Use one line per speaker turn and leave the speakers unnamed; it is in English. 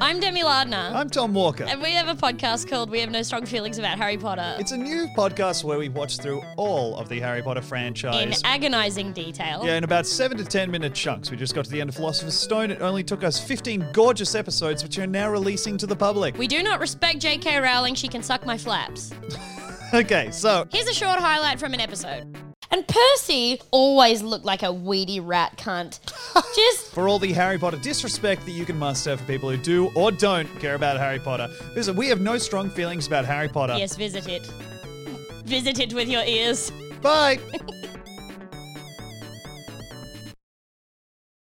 I'm Demi Lardner,
I'm Tom Walker.
and we have a podcast called We Have No Strong Feelings About Harry Potter
It's a new podcast where we watch through all of the Harry Potter
in
franchise.
agonizing detail.
yeah, in about seven to ten minute chunks. We just got to the end of Philosopher's Stone. It only took us 15 gorgeous episodes, which are now releasing to the public.
We do not respect J.K. Rowling, she can suck my flaps.
okay, so
Here's a short highlight from an episode. And Percy always looked like a weedy rat cunt. Just
for all the Harry Potter disrespect that you can muster for people who do or don't care about Harry Potter, visit We Have No Strong Feelings About Harry Potter.
yes, visit it. Visit it with your ears.
Bye!